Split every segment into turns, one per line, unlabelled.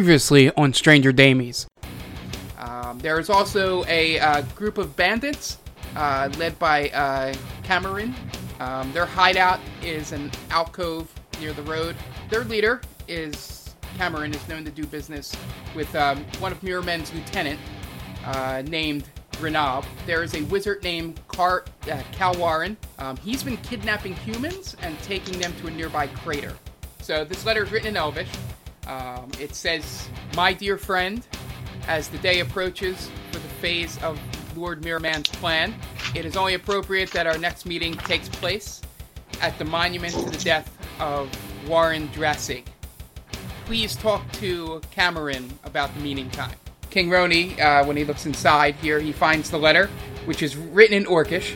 previously on Stranger Damies.
Um, there is also a uh, group of bandits uh, led by uh, Cameron. Um, their hideout is an alcove near the road. Their leader is Cameron, is known to do business with um, one of Muirmen's lieutenant uh, named Renab. There is a wizard named Car- uh, Kalwarin. Um, he's been kidnapping humans and taking them to a nearby crater. So this letter is written in Elvish. Um, it says, "My dear friend, as the day approaches for the phase of Lord Miraman's plan, it is only appropriate that our next meeting takes place at the monument to the death of Warren Drassig. Please talk to Cameron about the meeting time. King Roni, uh, when he looks inside here, he finds the letter, which is written in Orcish.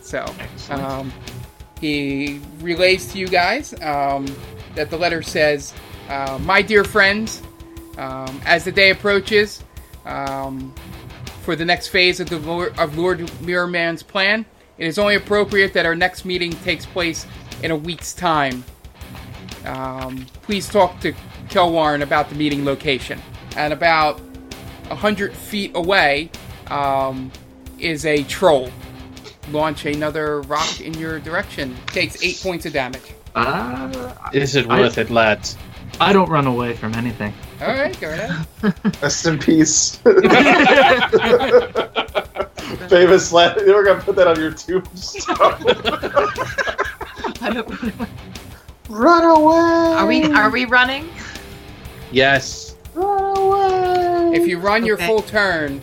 So,
Excellent.
um, he relays to you guys um, that the letter says, uh, My dear friends, um, as the day approaches um, for the next phase of, the Lord, of Lord Mirrorman's plan, it is only appropriate that our next meeting takes place in a week's time. Um, please talk to Kelwarn about the meeting location. And about 100 feet away um, is a troll. Launch another rock in your direction. Takes 8 points of damage.
Uh,
Is it
I-
worth it, lads?
I don't run away from anything.
Alright, go ahead.
Rest in peace. Famous lad. They were gonna put that on your tombstone.
I don't.
Run away.
Are we are we running?
Yes.
Run away.
If you run your
Okay.
full turn,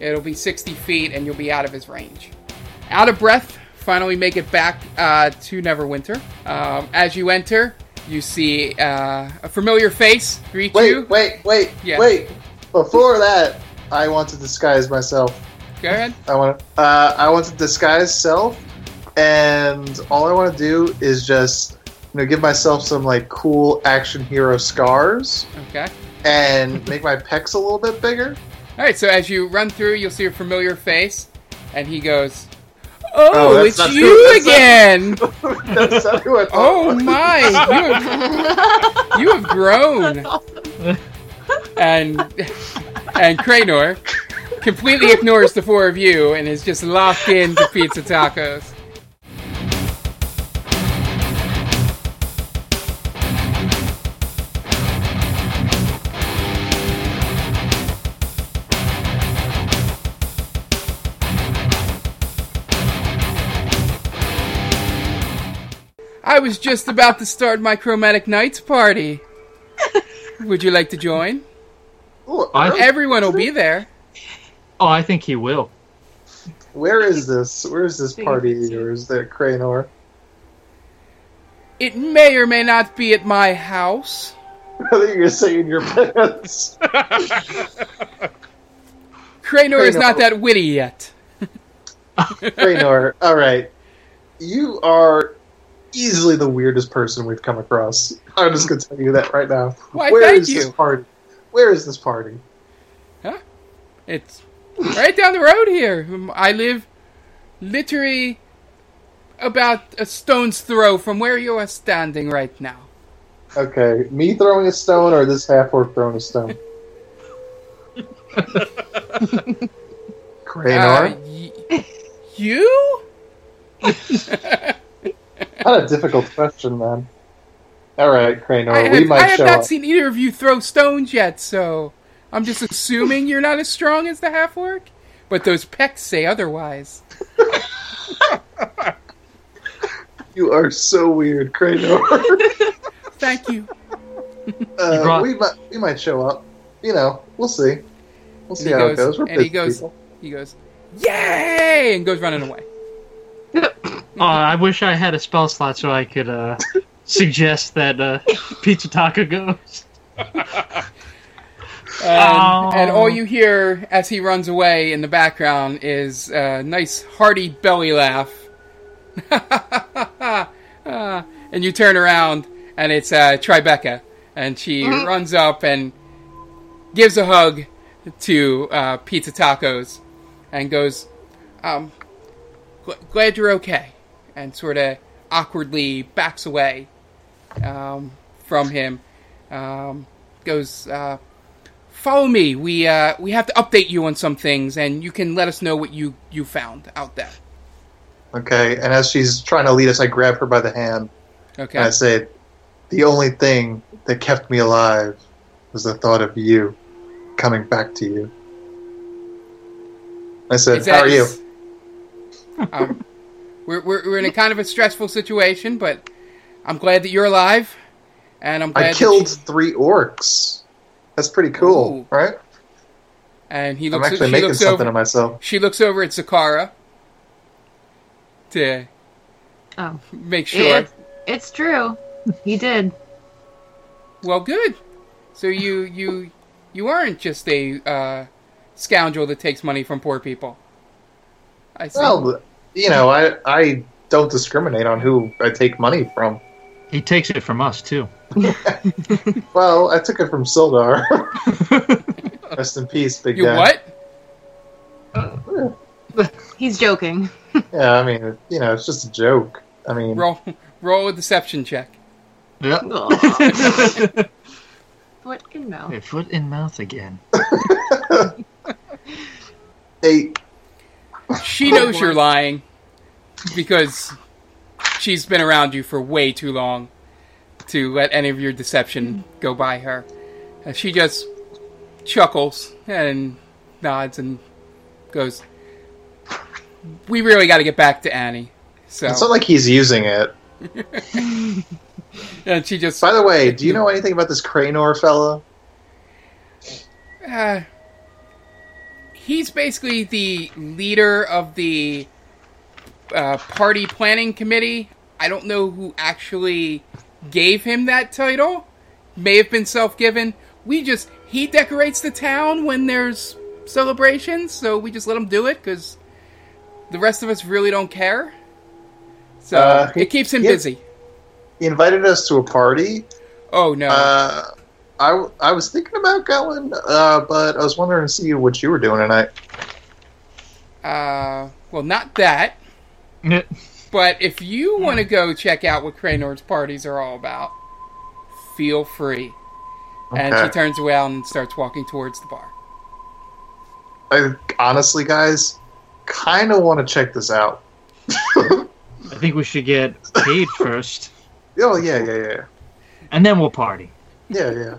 it'll be 60 feet and you'll be out of his range. Out of breath, finally make it back uh, to Neverwinter. Um, as you enter, you see uh, a familiar face greet you.
wait, wait, wait,
Yeah.
wait. Before that, I want to disguise myself.
Go ahead.
I want to. Uh, I want to disguise self, and all I want to do is just, you know, give myself some like cool action hero scars
Okay.
and make my pecs a little bit bigger.
All right, so as you run through, you'll see a familiar face, and he goes,
Oh,
"Oh,
that's
it's
not
you
who- that's not-
again!
That's not who I thought.
oh
it was.
my, you have, you have grown!" And and Cranor completely ignores the four of you and is just locked in to pizza tacos. I was just about to start my chromatic nights party. Would you like to join?
Ooh,
I-
where-
Everyone will be there.
Oh, I think he will.
where is this? Where is this party? Or is that Cranor?
It may or may not be at my house.
I think you're saying your pants.
Cranor is
Cranor.
not that witty yet.
Raynor, all right. You are easily the weirdest person we've come across. I'm just going to tell you that right now.
Why,
Where
thank
is
you.
this party? Where is this party?
It's right down the road here. Um, I live literally about a stone's throw from where you are standing right now.
Okay, me throwing a stone or this half orc throwing a stone?
Uh,
Cranor,
y- you?
not a difficult question, man. All right, Cranor,
I
we
have,
might
I have
show
not
up.
seen either of you throw stones yet, so I'm just assuming you're not as strong as the half orc. But those pecs say otherwise.
You are so weird, Cranor.
Thank you.
You
uh,
brought-
we might we might show up. You know, we'll see. We'll see
he
how
goes-
it goes. We're
and he
busy
goes-
people.
He goes, "Yay!" and goes running away.
Oh, I wish I had a spell slot so I could uh, suggest that uh, Pizza Taco goes.
And,
Oh.
and all you hear as he runs away in the background is a nice hearty belly laugh. Ah, and you turn around, and it's uh, Tribeca, and she runs up and gives a hug to uh, Pizza Tacos, and goes, um, gl- "Glad you're okay," and sort of awkwardly backs away um, from him. Um, goes, uh, "Follow me. We uh, we have to update you on some things, and you can let us know what you you found out there."
Okay, and as she's trying to lead us, I grab her by the hand
Okay.
and I say, "The only thing that kept me alive was the thought of you coming back to you." I said,
Is
"How
that-
are you?"
is- um, we're, we're, we're in a kind of a stressful situation, but I'm glad that you're alive, and I'm glad
I
that
killed
you-
three orcs. That's pretty cool,
Ooh.
right?
and he
I'm
looks.
actually
she
making
looks
something
over,
of myself.
She looks over at Sakara to
Oh.
make sure.
It, it's true. He did.
Well, good. So you you you aren't just a uh, scoundrel that takes money from poor people. I see.
Well, you know, I I don't discriminate on who I take money from.
He takes it from us too.
Well, I took it from Sildar. Rest in peace, big
you
guy.
what?
He's joking.
Yeah, I mean, you know, it's just a joke. I mean,
Roll roll a deception check.
Aw. what in mouth?
Foot in mouth again.
eight.
She knows you're lying because she's been around you for way too long to let any of your deception go by her. And she just chuckles and nods and goes, "We really got to get back to Annie." So
It's not like he's using it.
and she just
By the way, do you know anything about this Cranor fella?
Uh, he's basically the leader of the uh, party planning committee. I don't know who actually gave him that title. May have been self given. We just, he decorates the town when there's celebrations, so we just let him do it because the rest of us really don't care. So
Uh,
it keeps him
yeah.
busy.
He invited us to a party.
Oh no.
Uh, I, w- I was thinking about going, uh, but I was wondering to see what you were doing tonight.
Uh, well, not that. But if you want to go check out what Cranor's parties are all about, feel free. And she
Okay.
turns around and starts walking towards the bar.
I honestly, guys, kind of want to check this out.
I think we should get paid first,
Oh yeah, yeah, yeah,
and then we'll party.
yeah, yeah.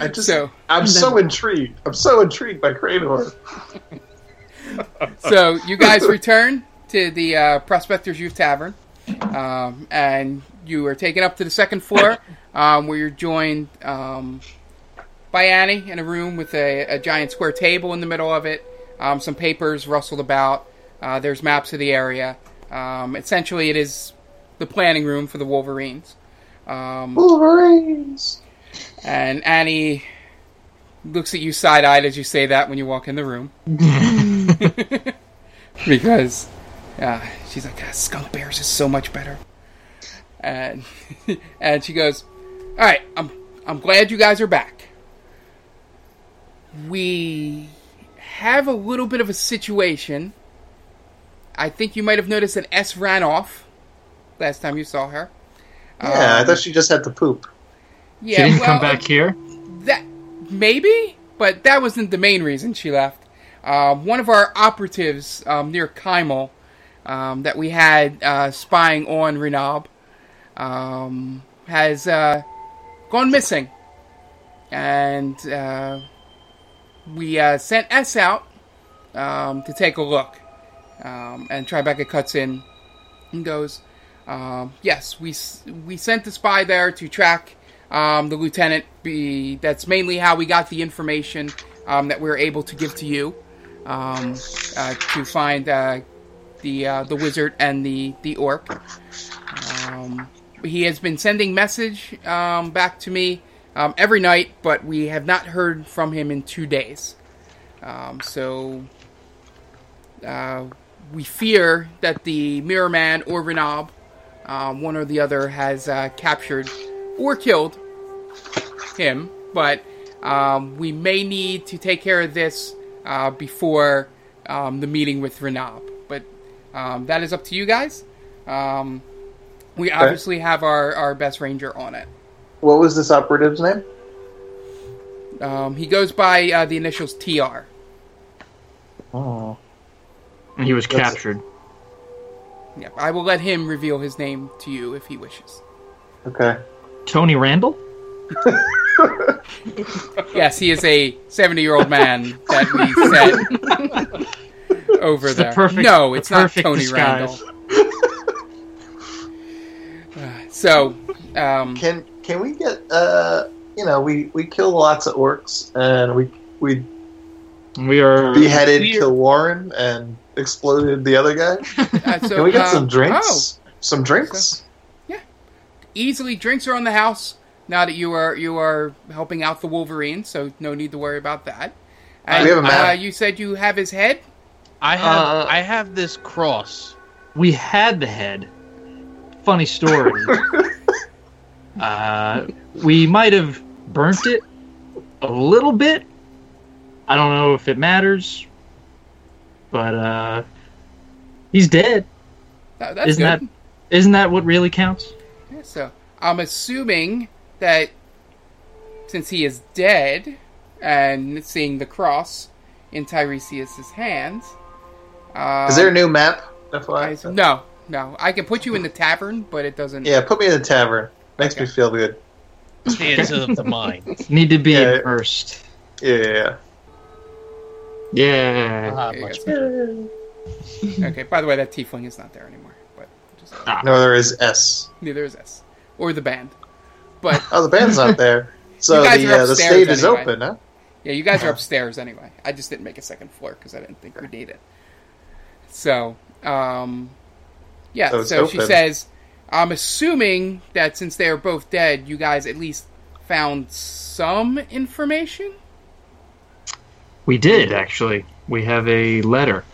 I just,
So,
I'm so intrigued. I'm so intrigued by Cranor.
so you guys return to the uh, Prospectors Youth Tavern, um, and you are taken up to the second floor, um, where you're joined um, by Annie in a room with a, a giant square table in the middle of it. Um, some papers rustled about. Uh, there's maps of the area. Um, essentially, it is the planning room for the Wolverines. Um,
Wolverines.
And Annie looks at you side eyed as you say that when you walk in the room. because uh, she's like, "Ah, Skunk Bears is so much better. And and she goes, All right, I'm, I'm glad you guys are back. We have a little bit of a situation. I think you might have noticed that S ran off last time you saw her.
Yeah, I
Um,
thought she just had to poop.
yeah,
she didn't come
well,
back here.
that maybe, but that wasn't the main reason she left. Uh, one of our operatives um, near Kaimal um, that we had uh, spying on Renab um, has uh, gone missing, and uh, we uh, sent S out um, to take a look. Um, and Tribeca cuts in and goes, um, "Yes, we s- we sent the spy there to track um, the lieutenant. Be that's mainly how we got the information um, that we were able to give to you um, uh, to find uh, the uh, the wizard and the the orc. Um, he has been sending message um, back to me um, every night, but we have not heard from him in two days. Um, so." Uh, we fear that the Mirror Man or Renab, um, one or the other, has uh, captured or killed him. But um, we may need to take care of this uh, before um, the meeting with Renab. But um, that is up to you guys. Um, we obviously have our, our best ranger on it.
What was this operative's name?
Um, he goes by uh, the initials TR.
Oh.
And he was
That's-
captured.
Yep, I will let him reveal his name to you if he wishes.
Okay.
Tony Randall?
Yes, he is a 70 year old man that we set over
It's the
there.
perfect-
no,
the
it's not
perfect
Tony
disguise.
Randall. Uh, so, um,
Can can we get uh you know we we kill lots of orcs and we we
We are.
beheaded
Weird.
Kill Warren and exploded the other guy.
uh, so
Can we get
um,
some drinks? Some
Oh,
drinks.
easily, drinks are on the house now that you are you are helping out the Wolverine, so no need to worry about that. And,
we have a map.
Uh, you said you have his head.
I have
Uh,
I have this cross.
We had the head. Funny story. uh, we might have burnt it a little bit. I don't know if it matters, but uh, he's dead.
Uh, that's
Isn't
good.
that isn't that what really counts?
Yeah, So I'm assuming that since he is dead and seeing the cross in Tiresias's hands, uh,
Is there a new map? FYI?
I- no, no. I can put you in the tavern, but it doesn't.
Yeah, put me in the tavern. Makes me
Okay.
feel good.
Hands of the mind.
Need to be
Yeah.
first.
Yeah, yeah, yeah.
Yeah.
Ah,
Yeah,
much
it's-
better.
Okay. By the way, that tiefling is not there anymore, but just,
No, there is S.
neither is S or the band. But
Oh, the band's not there. So
You guys
the
are
uh, the
upstairs
stage is
anyway.
open, huh?
yeah, you guys are
Uh-huh.
upstairs anyway. I just didn't make a second floor because I didn't think we needed. So, um, yeah.
So
So,
it's
she
open.
says, "I'm assuming that since they are both dead, you guys at least found some information."
We did, actually. We have a letter.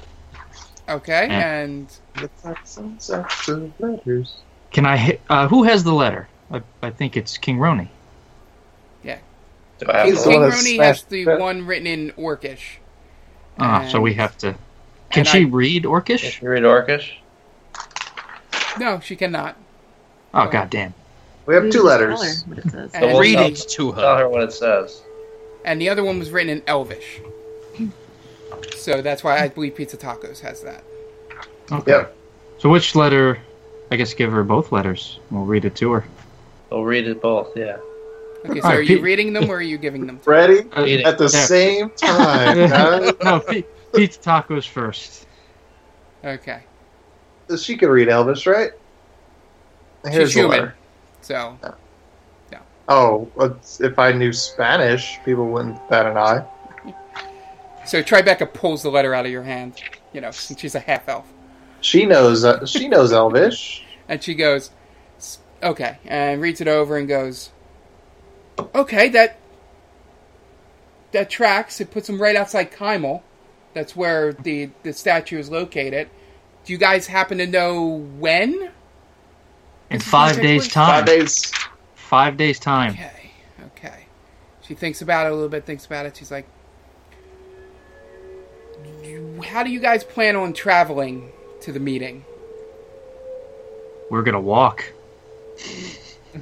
Okay,
Yeah.
and
It's like some sorts of letters.
Can I. hit- Uh, who has the letter? I, I think it's King Roni.
Do I have
He's
to-
the
King
one that
Rooney has
smashed
the
that-
one written in Orcish.
Ah, so we
And-
have to. Can
and
she
I-
read Orcish?
Can you read Orcish?
No, she cannot.
Oh, goddamn.
We have
Hmm,
two letters.
What it says.
And-
So we'll
Read
tell-
it
to
Uh,
her. Tell her what it says.
and the other one was written in Elvish. So that's why I believe Pizza Tacos has that.
Okay.
Yep.
So which letter? I guess give her both letters. We'll read it to her.
We'll read it both, yeah.
Okay, so
Alright,
are you
Pete-
reading them or are you giving them? To
Ready
Uh,
Read it.
at the
Yeah.
same time. guys.
no, Pete, Pete's tacos first.
okay,
she could read Elvis, right?
she's
the
human,
letter.
so
Oh, let's- if I knew Spanish, people wouldn't bat an eye.
so Tribeca pulls the letter out of your hand. You know, since she's a half elf,
She knows. Uh, she knows Elvish.
and she goes, "S- "Okay," and reads it over and goes, "Okay, that that tracks. It puts them right outside Kymel. That's where the the statue is located. Do you guys happen to know when?"
In five days' time.
Five days.
Five days' time.
Okay, okay. She thinks about it a little bit, thinks about it. She's like, "You- How do you guys plan on traveling to the meeting?
We're gonna walk.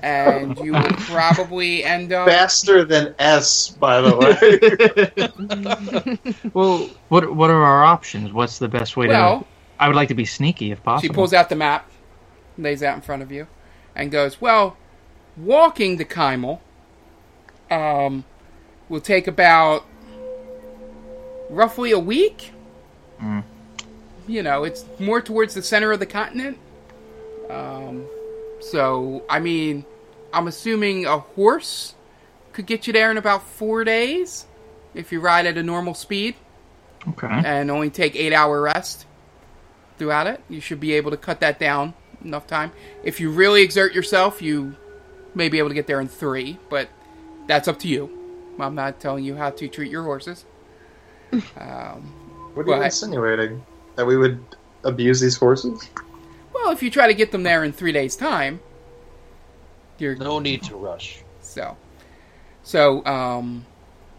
And you will probably end up.
Faster than S, by the way.
Well, what what are our options? What's the best way
well,
to? I would like to be sneaky if possible.
she pulls out the map, lays out in front of you, and goes, Well, walking to Kymel um, will take about roughly a week.
Mm.
You know, it's more towards the center of the continent. Um, so, I mean, I'm assuming a horse could get you there in about four days if you ride at a normal speed
Okay. Uh,
and only take eight hour rest throughout it. You should be able to cut that down enough time. If you really exert yourself, you may be able to get there in three, but that's up to you. I'm not telling you how to treat your horses. Um,
what are you
Right.
insinuating? That we would abuse these horses?
well, if you try to get them there in three days' time, you're
No need to rush.
so. So, um,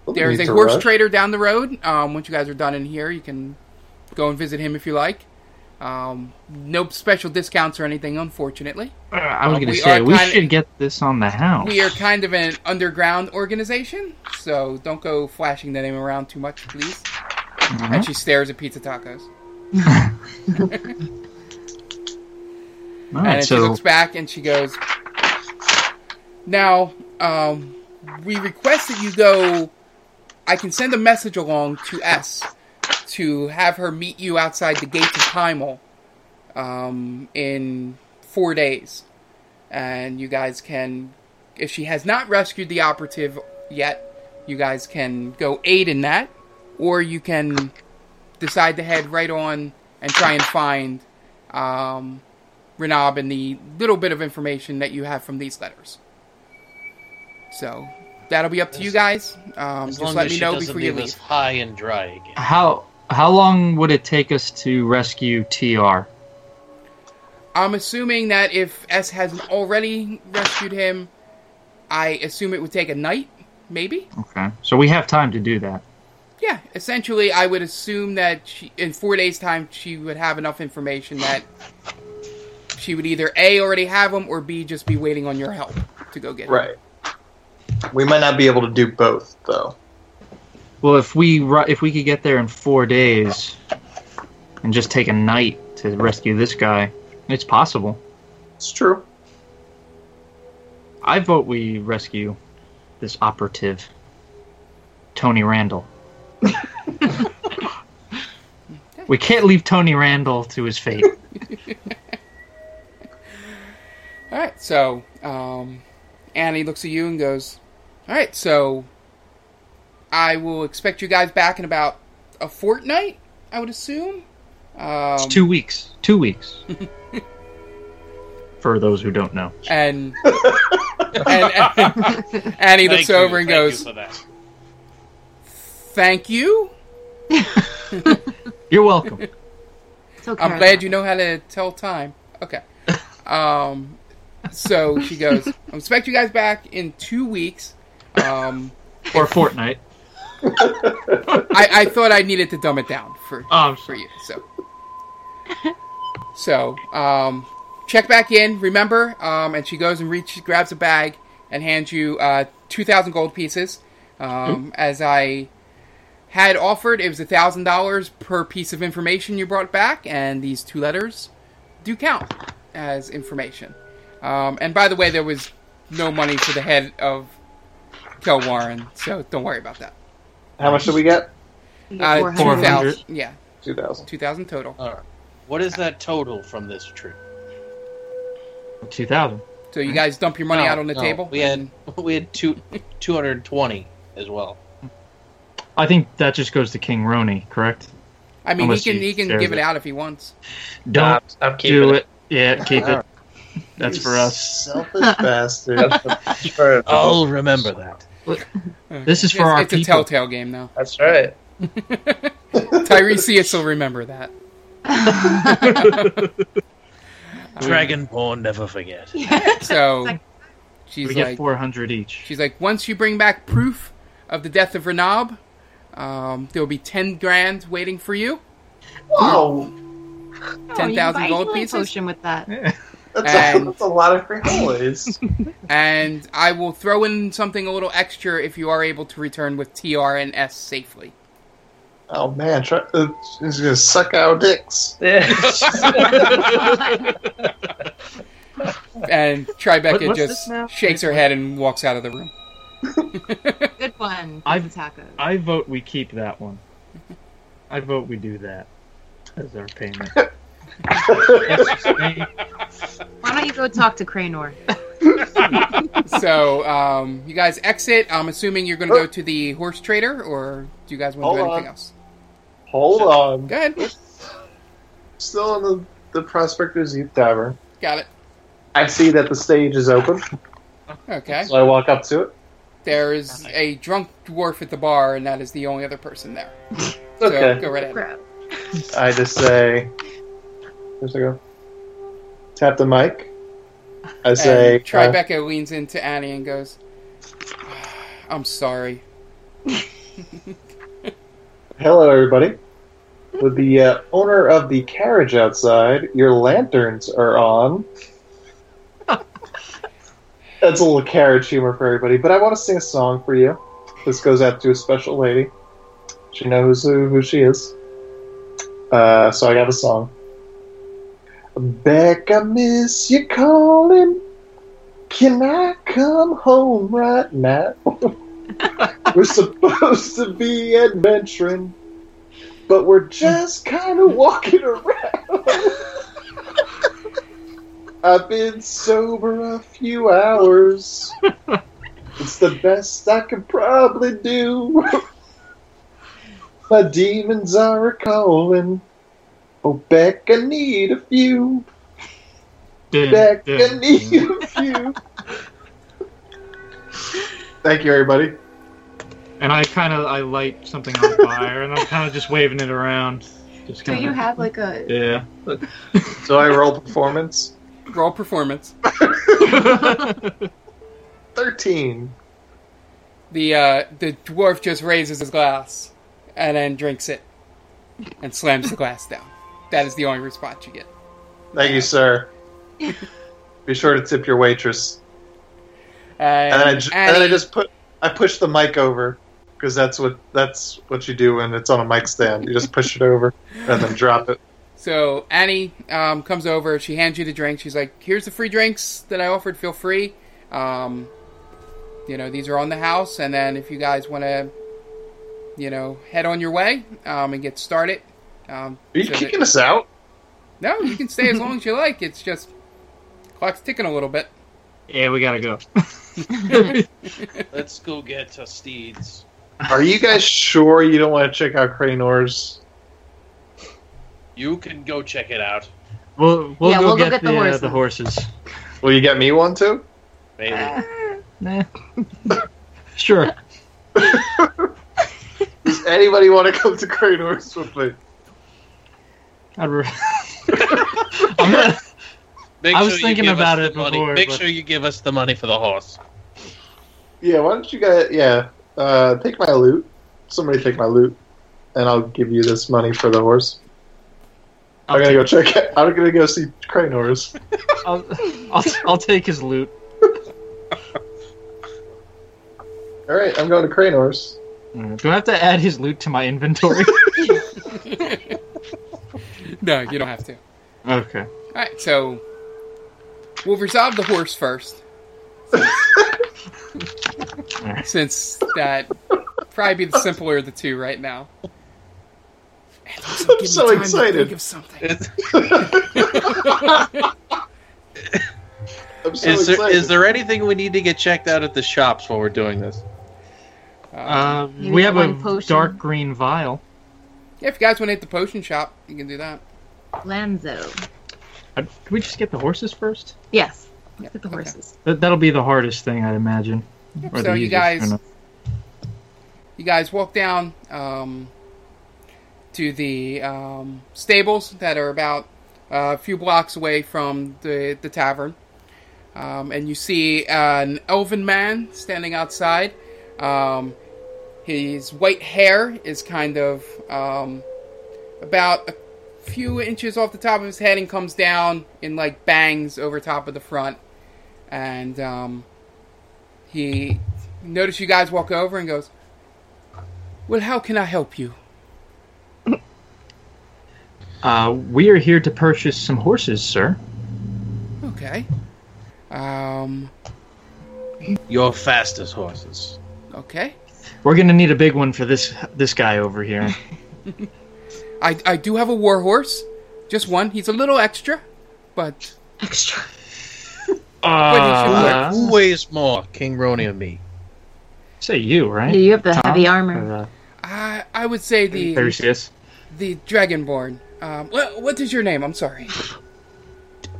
Well, we
There's
need
a
to
horse
rush.
trader down the road. Um, once you guys are done in here, you can go and visit him if you like. Um, no special discounts or anything, unfortunately.
Uh, I was
Well,
gonna
we
say
are
we
kinda-
should get this on the house.
We are kind of an underground organization, so don't go flashing the name around too much, please.
Hmm?
And she stares at pizza tacos.
All
and
right,
then she
so
looks back and she goes, "Now, um, we request that you go. I can send a message along to S to have her meet you outside the gates of Timel um, in four days, and you guys can, if she has not rescued the operative yet, you guys can go aid in that, or you can decide to head right on and try and find." Um, Renab and the little bit of information that you have from these letters. So that'll be up to you guys. Um,
As
just
long
let
as
me
she
know
doesn't
before you
leave
leave.
us high and dry again.
how how long would it take us to rescue Tr?
I'm assuming that if S hasn't already rescued him, I assume it would take a night, maybe.
Okay, so we have time to do that.
Yeah, essentially, I would assume that she, in four days' time, she would have enough information that she would either A, already have him, or B, just be waiting on your help to go get him.
Right. We might not be able to do both, though.
Well, if we ru- if we could get there in four days, and just take a night to rescue this guy, it's possible.
It's true.
I vote we rescue this operative, Tony Randall. we can't leave Tony Randall to his fate.
All right, so um, Annie looks at you and goes, "All right, so I will expect you guys back in about a fortnight, I would assume." Um,
It's two weeks. Two weeks. For those who don't know.
and, and, and Annie
Thank
looks
you,
over and
thank you
goes,
for that.
"Thank you.
You're welcome.
It's okay.
I'm glad you know how to tell time." Okay. Um, so she goes, "I expect you guys back in two weeks." Um,
or Fortnite.
I, I thought I needed to dumb it down for
Oh, I'm
for
sorry.
you. So, so um, check back in. Remember, um, and she goes and reach, grabs a bag and hands you uh, two thousand gold pieces. Um, as I had offered, it was thousand dollars per piece of information you brought back, and these two letters do count as information. Um, and by the way, there was no money for the head of Kel Warren, so don't worry about that.
How much did we get?
You get
Uh,
400.
2,000, yeah,
Two thousand.
two thousand total.
All right. What is that total from this trip?
2000.
So you guys dump your money
No,
out on the
no,
table.
We had we had two two hundred twenty as well.
I think that just goes to King Roni, correct?
I mean, he
Unless
can
you
he can
share
give it
the-
out if he wants.
Don't
I'm
do
keeping
it. Yeah, keep it. That's for us.
Selfish bastard.
That's for-
I'll remember that.
This is for
it's,
our
it's a
people.
telltale game now.
That's right.
Tiresias will remember that.
Dragonborn never forget.
So
It's like-
she's
We
like
get 400 each.
she's like once you bring back proof of the death of Renab, um, there will be ten grand waiting for you.
Whoa,
Oh, you can
10,000
buy a
gold
healing
pieces?
Potion with that.
that's, a,
And-
that's a lot of free holidays.
And I will throw in something a little extra if you are able to return with TR and S safely.
oh man, try, uh, he's gonna suck our dicks.
And Tribeca
What- what's this now?
just shakes her head and walks out of the room.
Good one.
I've-
tacos.
I vote we keep that one. I vote we do that as our payment.
Why don't you go talk to Cranor?
so um, you guys exit. I'm assuming you're going to go to the horse trader, or do you guys want
Hold
to do
on.
anything else?
Hold on,
Go ahead.
still in the the Prospector's Youth Tavern.
Got it.
I see that the stage is open,
Okay.
so I walk up to it.
There is a drunk dwarf at the bar, and that is the only other person there. So
Okay.
go right ahead.
Grab.
I just say, "Where's I go?" Tap the mic. I say, uh,
And Tribeca leans into Annie and goes, "Ah, "I'm sorry."
"Hello, everybody."
Hmm,
With the uh, owner of the carriage outside, your lanterns are on. That's a little carriage humor for everybody, but I want to sing a song for you. This goes out to a special lady. She knows who, who she is. Uh, so I got a song. Beck, I miss you calling. Can I come home right now? we're supposed to be adventuring, but we're just kind of walking around. I've been sober a few hours. It's the best I can probably do. My demons are a calling. Oh, Beck, I need a few.
Dun,
Beck, I
dun,
need
dun.
a few. Thank you, everybody.
And I kind of I light something on fire, and I'm kind of just waving it around. Just
Do
kinda,
you have like a?
Yeah.
So I roll performance.
Roll performance.
13.
The uh, the dwarf just raises his glass and then drinks it and slams the glass down. That is the only response you get.
Thank you, sir. Be sure to tip your waitress.
And,
And, then, I, ju- and then I
Annie-
just put I push the mic over because that's what that's what you do when it's on a mic stand. You just push it over and then drop it.
So Annie um, comes over. She hands you the drink. She's like, "Here's the free drinks that I offered. Feel free. Um, you know, these are on the house. And then if you guys want to, you know, head on your way um, and get started. Um,
Are you
so that-
kicking us out?
no, you can stay as long as you like. It's just clock's ticking a little bit.
Yeah, we gotta go.
Let's go get to Steeds.
Are you guys sure you don't want to check out Cranor's?
You can go check it out.
We'll we'll,
Yeah,
go,
we'll
get the, uh, the horses.
Will you get me one too?
Maybe.
Ah.
Nah. sure.
Does anybody want to come to Cranor's with me?
I'd re- I'm not-
Make
I was
you
thinking
give us
about
the
it
money.
before,
Make
but-
sure you give us the money for the horse.
Yeah, why don't you guys? Yeah, uh, take my loot. Somebody take my loot, and I'll give you this money for the horse.
I'll
I'm gonna go check. It. I'm gonna go see Cranors.
I'll, I'll, I'll take his loot.
All right, I'm going to Cranors.
Do I have to add his loot to my inventory?
No, you don't have to.
okay.
All right, so we'll resolve the horse first, since that probably be the simpler of the two right now. And also, give me
so
time to
excited.
think of something.
I'm so
is, there,
excited.
is there anything we need to get checked out at the shops while we're doing this?
Uh,
You
we
need
have a
one potion.
dark green vial.
Yeah, if you guys want to hit the potion shop, you can do that.
Lanzo.
Uh, Can we just get the horses first?
Yes.
Yeah,
Look at the
okay.
horses.
That, that'll be the hardest thing, I'd imagine. Or
So
the
you
easiest,
guys-
I don't know.
You guys walk down um, to the um, stables that are about uh, a few blocks away from the, the tavern. Um, and you see an elven man standing outside. Um, his white hair is kind of um, about a few inches off the top of his head and comes down in like bangs over top of the front. And um, he notice you guys walk over and goes, "Well, how can I help you?"
Uh, we are here to purchase some horses, sir.
Okay. Um.
Your fastest horses.
Okay.
We're gonna need a big one for this this guy over here.
I I do have a war horse, just one. He's a little extra, but
Extra.
Uh,
Who weighs more, King Rony or me?
say you,
Yeah,
right?
you have the heavy armor.
Uh,
I I would say the
Perseus.
the dragonborn. Um. What what is your name? I'm sorry.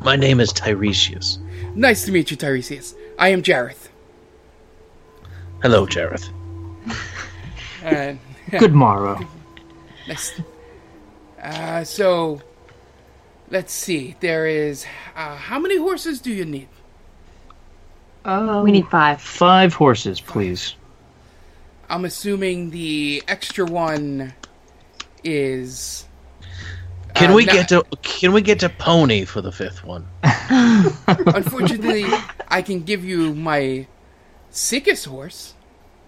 My name is Tiresias.
Nice to meet you, Tiresias. I am Jareth.
Hello, Jareth.
And
Good morrow.
Let's, uh, so, let's see. There is. Uh, how many horses do you need?
Uh,
We need five.
five horses, please.
I'm assuming the extra one is
Can
Uh,
we
no-
get to Can we get to Pony for the fifth one?
Unfortunately, I can give you my sickest horse.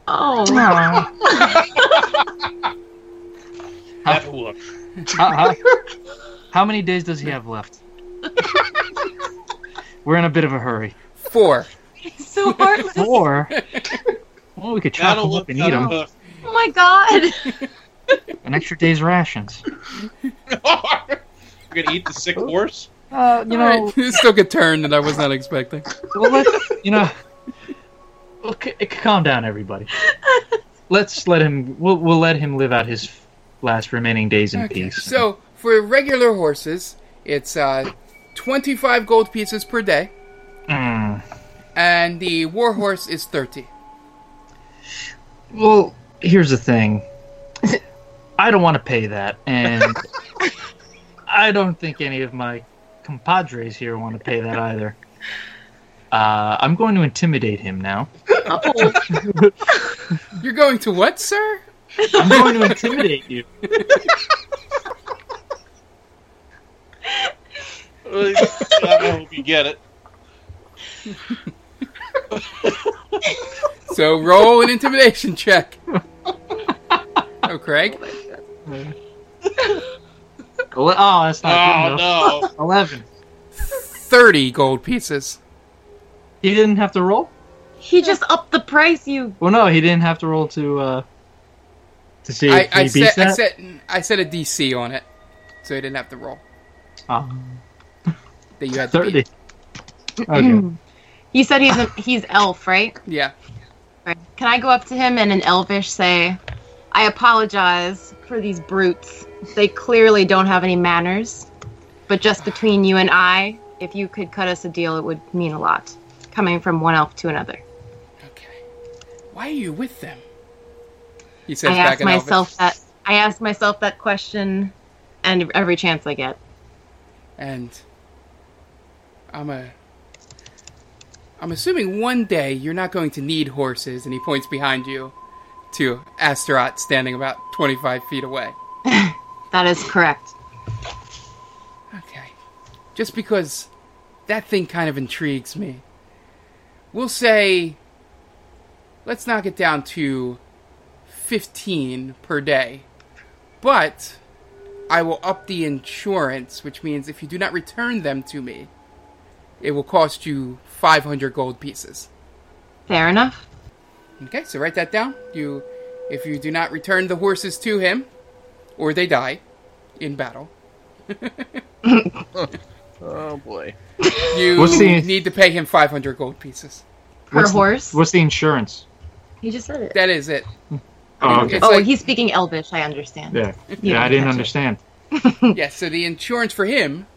Oh.
That look.
how, Uh-huh. how many days does he have left? We're in a bit of a hurry.
Four.
so heartless.
Or, well, we could chop him up and eat him.
Uh,
Oh my god.
An extra day's rations.
You're gonna eat the sick horse.
Uh, you
Alright,
know,
this took a turn that I was not expecting.
well, let's, you know, well, c- c- calm down, everybody. Let's let him. We'll, we'll let him live out his last remaining days in
Okay,
peace.
so for regular horses, it's uh, 25 gold pieces per day,
Mm.
and the war horse is 30.
Well, here's the thing. I don't want to pay that, and I don't think any of my compadres here want to pay that either. Uh, I'm going to intimidate him now.
You're going to what, sir?
I'm going to intimidate you.
I hope you get it.
So roll an intimidation check. Oh, Craig?
Ele- Oh, that's not good
Oh
enough.
no!
Eleven.
30 gold pieces.
He didn't have to roll.
he just upped the price, you.
Well, no, he didn't have to roll to uh, to see
I,
if he
I,
beats
set, I,
that.
set, I set a DC on it, so he didn't have to roll.
Oh,
That you had to
Thirty.
beat.
Okay.
You said he's a, he's elf, right?
Yeah.
Right. Can I go up to him and in elvish say, I apologize for these brutes. They clearly don't have any manners. But just between you and I, if you could cut us a deal, it would mean a lot. Coming from one elf to another.
Okay. Why are you with them? He says
I
back
ask
in Elvish.
myself that. I ask myself that question, and every chance I get.
and I'm a I'm assuming one day you're not going to need horses and he points behind you to Astaroth standing about 25 feet away.
That is correct.
Okay. Just because that thing kind of intrigues me. We'll say let's knock it down to 15 per day. But I will up the insurance, which means if you do not return them to me, it will cost you 500 gold pieces.
Fair enough.
Okay, so write that down. You if you do not return the horses to him or they die in battle,
Oh boy!
you
What's the-
need to pay him 500 gold pieces.
Per
What's the-
horse.
What's the insurance?
he just said it.
That is it.
Oh,
It's
okay.
Oh,
like-
he's speaking Elvish. I understand.
Yeah. Yeah, I didn't understand.
Yes, so the insurance for him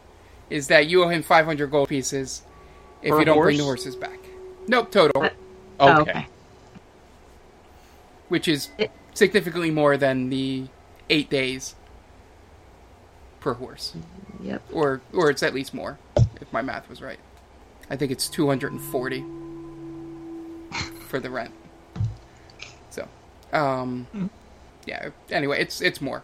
is that you owe him 500 gold pieces if
Per
you don't bring the
horse?
horses back. Nope, total,
Oh,
Okay.
which is
It-
significantly more than the 8 days per horse.
Yep.
Or or it's at least more if my math was right. I think it's 240 for the rent. So, um yeah, anyway, it's it's more.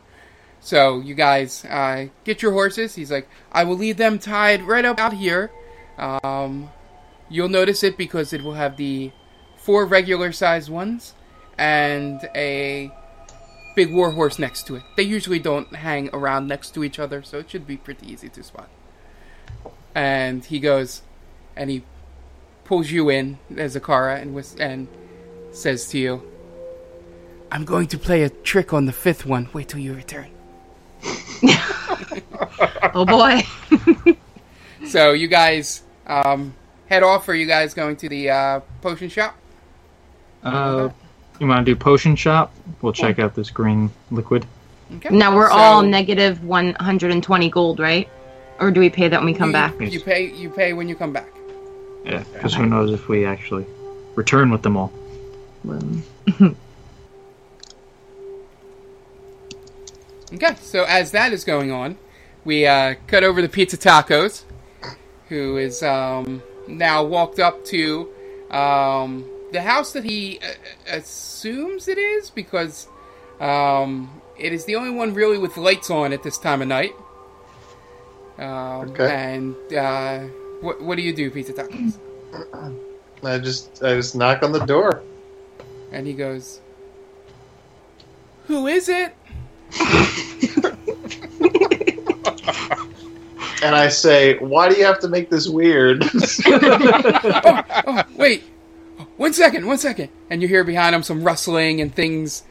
So you guys uh, get your horses. He's like, I will leave them tied right up out here. Um, you'll notice it because it will have the four regular sized ones and a big war horse next to it. They usually don't hang around next to each other, so it should be pretty easy to spot. And he goes, and he pulls you in as Zakara and whis- and says to you, "I'm going to play a trick on the fifth one. Wait till you return."
Oh boy.
So you guys um, head off. Are you guys going to the uh, potion shop?
Uh, you want to do potion shop? We'll check out this green liquid.
Okay.
now we're
So
all negative one hundred and twenty gold, right? Or do we pay that when we come
you-
back?
You pay. You pay when you come back.
Yeah, because who knows if we actually return with them all.
Okay. So as that is going on, we uh, cut over to Pizza Tacos, who is um, now walked up to um, the house that he uh, assumes it is because um, it is the only one really with lights on at this time of night. Um,
Okay.
And uh, what what do you do, Pizza Tacos?
I just I just knock on the door.
And he goes, "Who is it?"
And I say, Why do you have to make this weird?
oh, oh, wait. One second, one second. And you hear behind him some rustling and things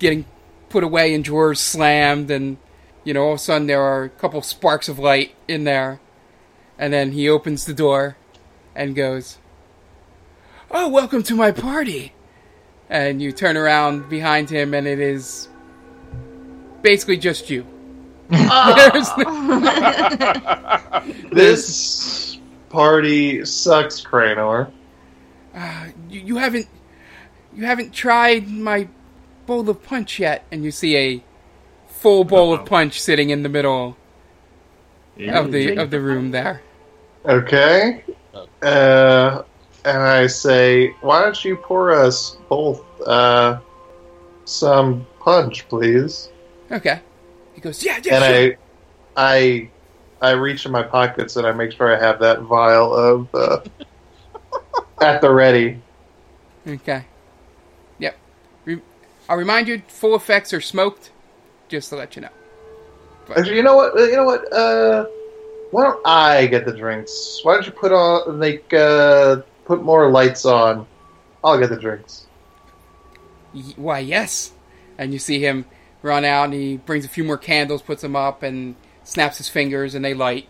getting put away and drawers slammed. And, you know, all of a sudden there are a couple sparks of light in there. And then he opens the door and goes, Oh, welcome to my party. And you turn around behind him and it is basically just you. There's no-
this party sucks, Cranor.
Uh, you, you haven't you haven't tried my bowl of punch yet and you see a full bowl of punch sitting in the middle of the of the room there
Okay. Uh, and I say, Why don't you pour us both uh, some punch, please?
okay he goes yeah yeah
and
sure.
I, I, I reach in my pockets and I make sure I have that vial of uh, at the ready.
okay yep Re- i'll remind you full effects are smoked just to let you know
Actually, you know what? You know what? Uh, why don't I get the drinks? Why don't you put on like uh, put more lights on? I'll get the drinks.
Y- why yes and you see him run out and he brings a few more candles puts them up and snaps his fingers and they light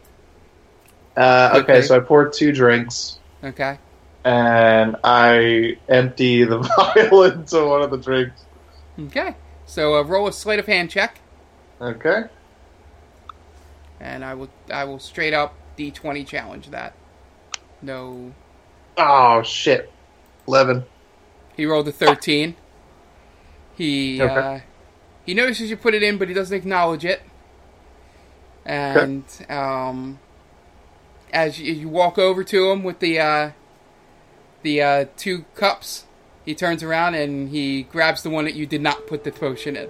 Uh, okay,
Okay.
so I pour two drinks
okay
and I empty the vial into one of the drinks.
okay so uh, roll a sleight of hand check
Okay.
and I will I will straight up D20 challenge that. No,
Oh shit. Eleven.
he rolled a 13. He
Okay.
uh, he notices you put it in, but he doesn't acknowledge it. And um, as you, you walk over to him with the uh, the uh, two cups, he turns around and he grabs the one that you did not put the potion in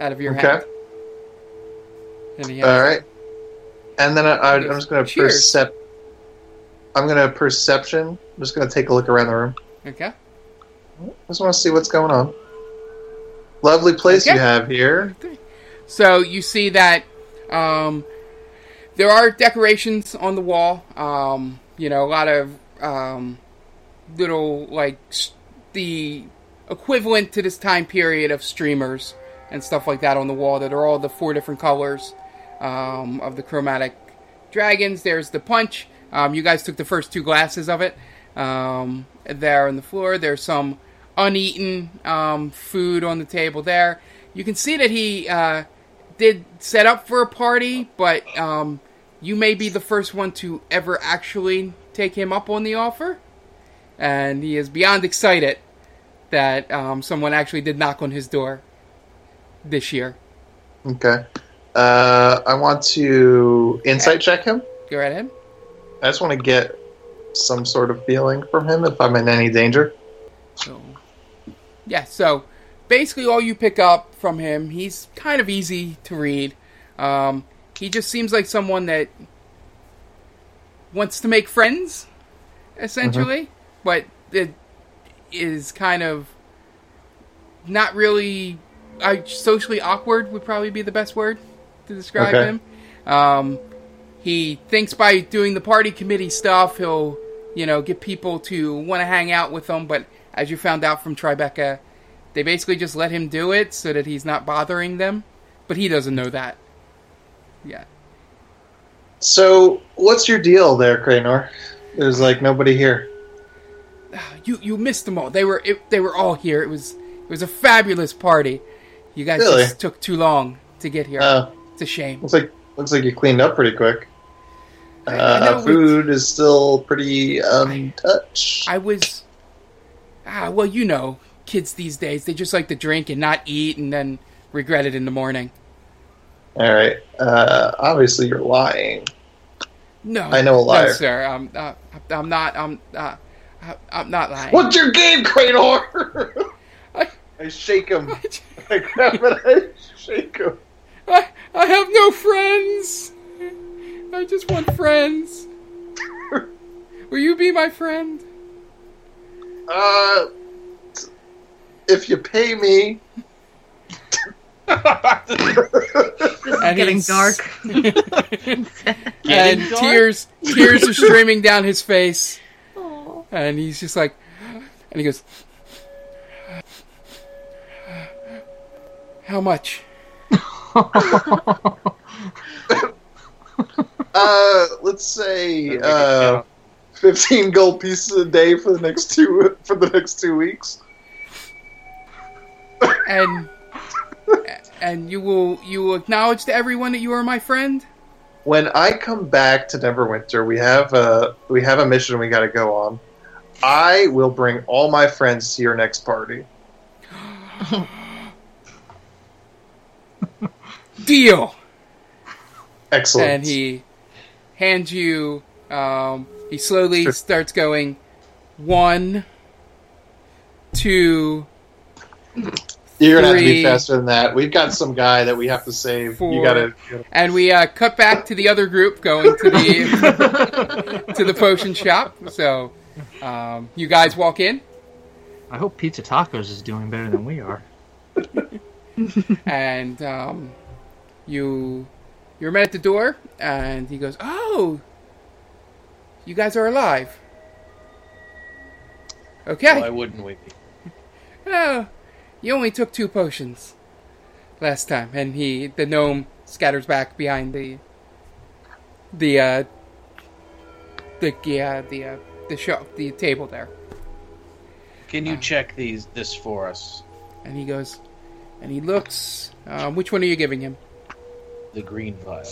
out of your
Okay.
hand. And he
All
has-
right. And then I, I, I'm just going to
Cheers.
percept. I'm going to perception. I'm just going to take a look around the room.
Okay.
Just want to see what's going on. Lovely place
Okay.
you have here.
So you see that um, there are decorations on the wall. Um, you know, a lot of um, little like s the equivalent to this time period of streamers and stuff like that on the wall that are all the four different colors um, of the chromatic dragons. There's the punch. Um, you guys took the first two glasses of it. Um, there on the floor, there's some uneaten um, food on the table there. You can see that he uh, did set up for a party, but um, you may be the first one to ever actually take him up on the offer. And he is beyond excited that um, someone actually did knock on his door this year.
Okay. Uh, I want to insight check him.
Go right ahead.
I just want to get some sort of feeling from him if I'm in any danger.
So, yeah. So basically, all you pick up from him, he's kind of easy to read. Um, he just seems like someone that wants to make friends, essentially, but it is kind of not really. I socially awkward would probably be the best word to describe
Okay.
him. Um, he thinks by doing the party committee stuff, he'll, you know, get people to want to hang out with him. But as you found out from Tribeca, they basically just let him do it so that he's not bothering them. But he doesn't know that. Yeah.
So, what's your deal there, Cranor? There's like nobody here.
You you missed them all. They were it, they were all here. It was it was a fabulous party. You guys
Really?
just took too long to get here.
Uh,
it's a shame.
looks like looks like you cleaned up pretty quick.
I- I know
Uh,
we-
food is still pretty um, untouched.
I was ah well, you know, kids these days they just like to drink and not eat and then regret it in the morning.
All right. Uh, obviously, you're lying.
No,
I know a liar.
No, sir, I'm uh, I'm not. I'm uh, I- I'm not lying.
What's your game, Cranor? I shake him. I grab it. I shake him.
I, I have no friends. I just want friends. Will you be my friend?
Uh, if you pay me. Uh,
This is
And
getting
he's-
dark.
and tears tears are streaming down his face. And he's just like and he goes How much?
uh, let's say uh, fifteen gold pieces a day for the next two for the next two weeks.
And and you will you will acknowledge to everyone that you are my friend?
When I come back to Neverwinter, we have a we have a mission we got to go on. I will bring all my friends to your next party.
Deal.
Excellent.
And he hands you um, he slowly
Sure.
starts going one two
You're gonna have to
Three.
be faster than that. We've got some guy that we have to save.
Four.
You gotta.
and we uh, cut back to the other group going to the to the potion shop. So um, you guys walk in,
I hope Pizza Tacos is doing better than we are.
and um, you you're met at the door, and he goes, "Oh, you guys are alive." Okay.
Why wouldn't we?
Oh, you only took two potions last time, and he the gnome scatters back behind the the uh the yeah the uh, the shop the table there,
Can you check these this for us?
and he goes, and he looks. Um, which one are you giving him?
The green vial.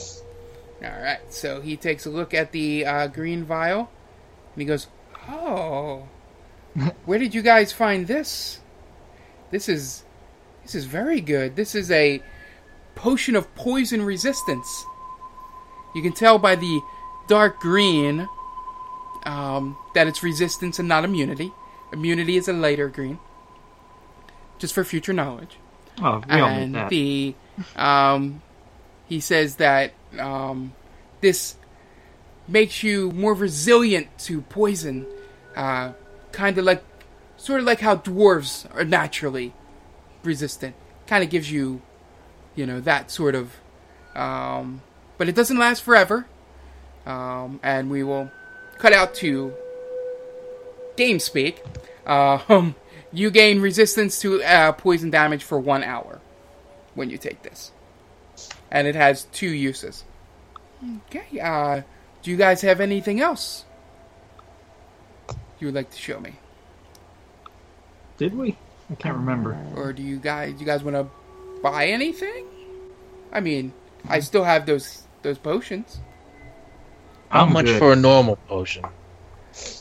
All right, so he takes a look at the uh, green vial, and he goes, "Oh, where did you guys find this? This is, this is very good. This is a potion of poison resistance. You can tell by the dark green um, that it's resistance and not immunity. Immunity is a lighter green, just for future knowledge."
Oh, we all need
and
that.
the um, he says that um, this makes you more resilient to poison, uh, kind of like, sort of like how dwarves are naturally resistant. Kind of gives you, you know, that sort of, um, but it doesn't last forever. Um, and we will cut out to game speak. Um, you gain resistance to uh, poison damage for one hour when you take this, and it has two uses. Okay. Uh, do you guys have anything else you would like to show me,
Did we? I can't remember.
or do you guys you guys want to buy anything? I mean, I still have those those potions.
How
I'm
much
good.
for a normal potion?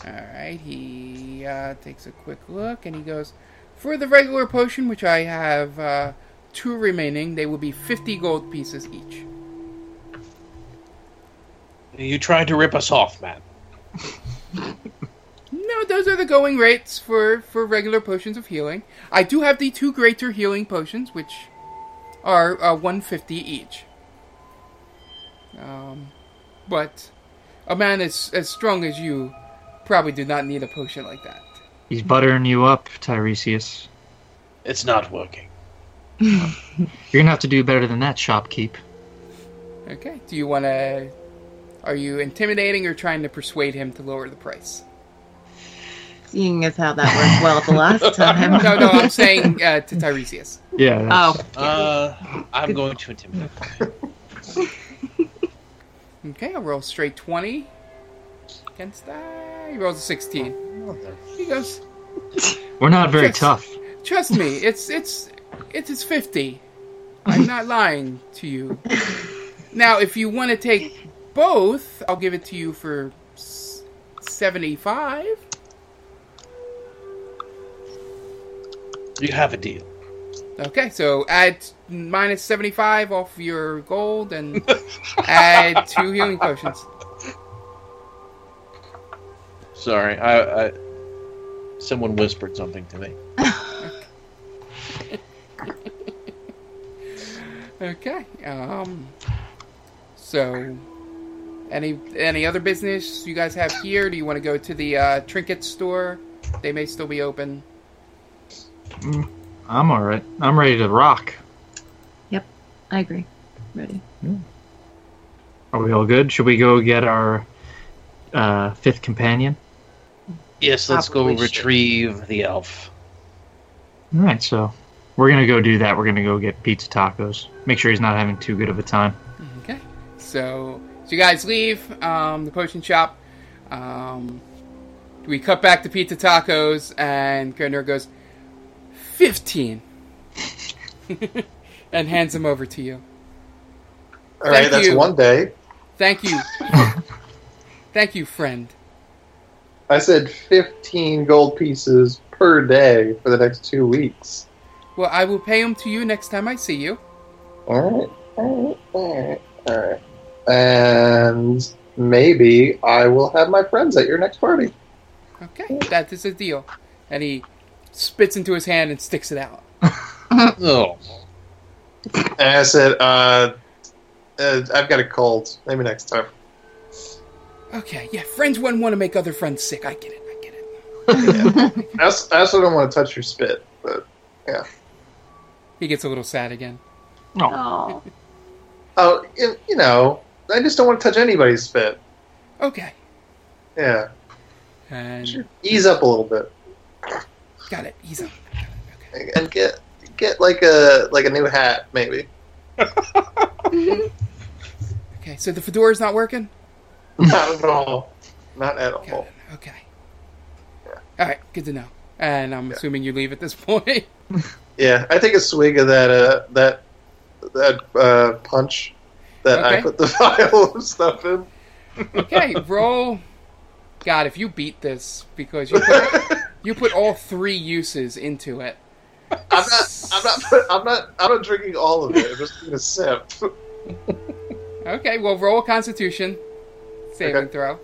All right, he uh, takes a quick look and he goes, For the regular potion, which I have uh, two remaining, they will be 50 gold pieces each.
You tried to rip us off, Matt.
No, those are the going rates for, for regular potions of healing. I do have the two greater healing potions, which are uh, 150 each. Um, but a man as, as strong as you probably do not need a potion like that.
He's buttering you up, Tiresias.
It's not working.
You're gonna have to do better than that, shopkeep.
Okay. Do you want to. Are you intimidating or trying to persuade him to lower the price?
Seeing as how that worked well the last time.
No, no, I'm saying uh, to Tiresias.
Yeah. that's-
Oh,
Uh, I'm going to intimidate.
Okay, I'll roll straight 20 against that. He rolls a 16. He goes,
we're not very
Yes.
tough.
Trust me, it's it's it is fifty. I'm not lying to you. Now, if you want to take both, I'll give it to you for s- seventy-five.
You have a deal.
Okay, so add minus seventy-five off your gold and add two healing potions.
Sorry, I, I. Someone whispered something to me.
Okay. Um. So Any any other business you guys have here? Do you want to go to the uh, trinket store? They may still be open.
I'm all right. I'm ready to rock.
I agree. Ready.
Are we all good? Should we go get our uh, fifth companion?
Yes, let's go
Probably should.
retrieve the elf.
All right, so we're gonna go do that. We're gonna go get pizza tacos. Make sure he's not having too good of a time.
Okay. So, so you guys leave um, the potion shop. Um, we cut back to pizza tacos, and Grenor goes, 15. and hands them over to you.
All right,
Thank
that's
you.
one day.
Thank you. Thank you, friend.
I said 15 gold pieces per day for the next two weeks.
Well, I will pay them to you next time I see you.
All right, all right, all right, all right. And maybe I will have my friends at your next party.
Okay, that is a deal. And he spits into his hand and sticks it out.
Oh,
And I said, uh, uh, I've got a cold. Maybe next time.
Okay, yeah, friends wouldn't want to make other friends sick. I get it. I get it.
I also, I also don't want to touch your spit, but
He gets a little sad again.
Oh.
oh, you, you know, I just don't want to touch anybody's spit.
Okay.
Yeah,
And
ease up a little bit
got it. He's up. Okay.
and get get like a like a new hat, maybe.
okay, so the fedora's not working?
Not at all. Not at
Got
all.
it. Okay. All right, good to know. And I'm assuming you leave at this point.
Yeah, I take a swig of that uh, that that uh, punch that I
Okay.
put the vial of stuff in.
Okay, roll. God, if you beat this because you put, you put all three uses into it.
I'm not. I'm not. I'm not. I'm not drinking all of it. I'm just gonna sip.
Okay, well, roll a Constitution saving
Okay.
throw.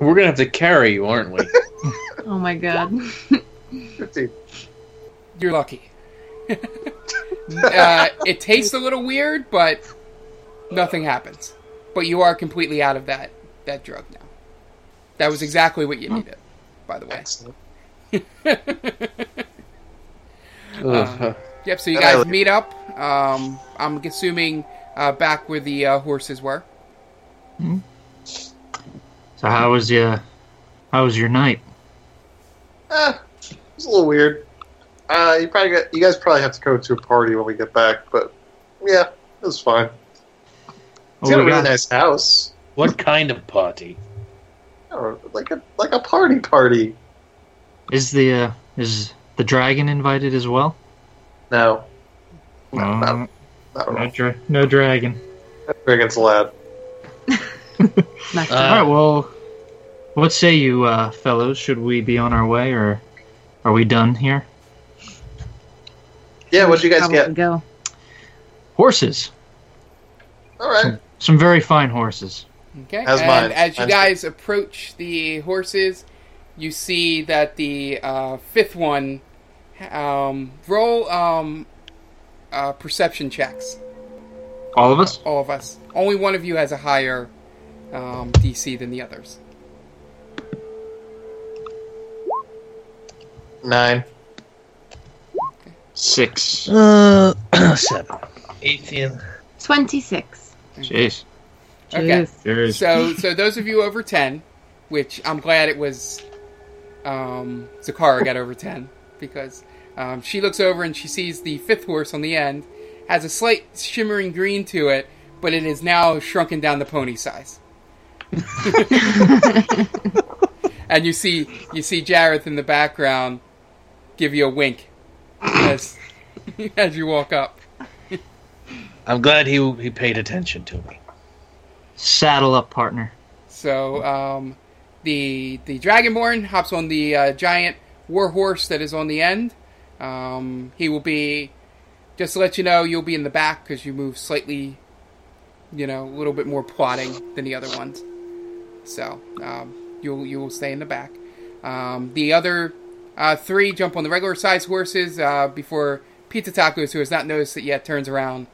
we're gonna have to carry you, aren't we?
Oh my god.
Uh, Fifteen.
You're lucky. uh, it tastes a little weird, but nothing happens. But you are completely out of that that drug now. That was exactly what you needed, by the way.
Excellent.
Ugh.
Yep. So you
And I
guys
leave.
meet up. Um, I'm assuming uh, back where the uh, horses were.
So how was your how was your night?
Ah, it's a little weird. Uh, you probably got, you guys probably have to go to a party when we get back, but yeah, it was fine. It's
Oh,
got a
we
really
got-
nice house.
what kind of party?
Or like a like a party party.
Is the uh, is the dragon invited as well?
No, no,
Uh,
not, not
no,
really.
dra- no dragon.
Dragon's allowed.
Not
Uh,
all right, well, what say you, uh, fellows? Should we be on our way, or are we done here?
Yeah, what'd you guys get?
Probably Go.
Horses,
All right.
some very fine horses.
Okay.
As
and
mine.
as you
Mine's
guys approach the horses, you see that the uh, fifth one um, roll um, uh, perception checks.
All of us.
All of us. Only one of you has a higher um, DC than the others.
Nine.
Six.
Uh, seven.
18.
26.
Jeez.
Okay.
Jeez.
Jeez.
So, so those of you over ten, which I'm glad it was um, Zakara got over ten because um, she looks over and she sees the fifth horse on the end has a slight shimmering green to it, but it is now shrunken down to pony size. and you see you see Jareth in the background give you a wink as as you walk up.
I'm glad he he paid attention to me.
Saddle up, partner.
So um, the the dragonborn hops on the uh, giant war horse that is on the end. Um, he will be just to let you know you'll be in the back because you move slightly, you know, a little bit more plodding than the other ones. So um, you'll you will stay in the back. Um, the other uh, three jump on the regular size horses uh, before Pizza Tacos, who has not noticed it yet, turns around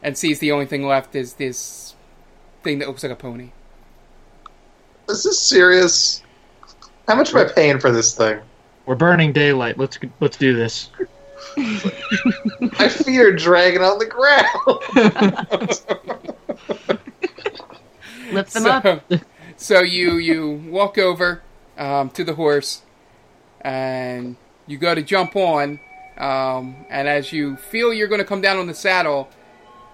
and sees the only thing left is this thing that looks like a pony.
Is this serious? How much am I paying for this thing?
We're burning daylight. Let's let's do this.
My feet are dragging on the ground.
Lift them up.
so, so you you walk over um, to the horse, and you go to jump on, um, and as you feel you're going to come down on the saddle,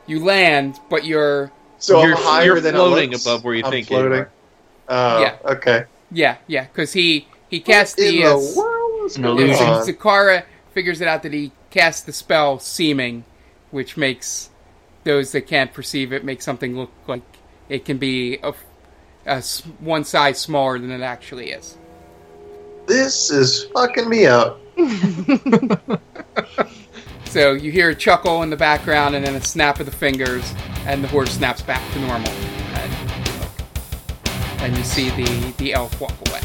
you land, but you're
So
You're-
I'm higher
you're
than
floating
it looks.
above where you
I'm
think you
floating.
are.
Oh,
Yeah.
okay.
yeah yeah because he he cast
What in
the,
the
uh,
world is
An
going
illusion.
on?
Zakara figures it out that he cast the spell seeming, which makes those that can't perceive it make something look like it can be a, a s- one size smaller than it actually is.
This is fucking me up.
So you hear a chuckle in the background and then a snap of the fingers, and the horse snaps back to normal. And, and you see the, the elf walk away.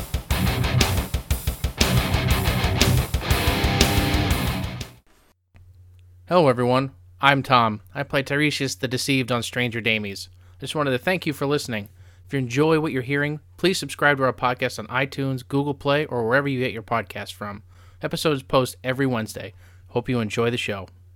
Hello, everyone. I'm Tom. I play Tiresias the Deceived on Stranger Damies. Just wanted to thank you for listening. If you enjoy what you're hearing, please subscribe to our podcast on iTunes, Google Play, or wherever you get your podcast from. Episodes post every Wednesday. Hope you enjoy the show.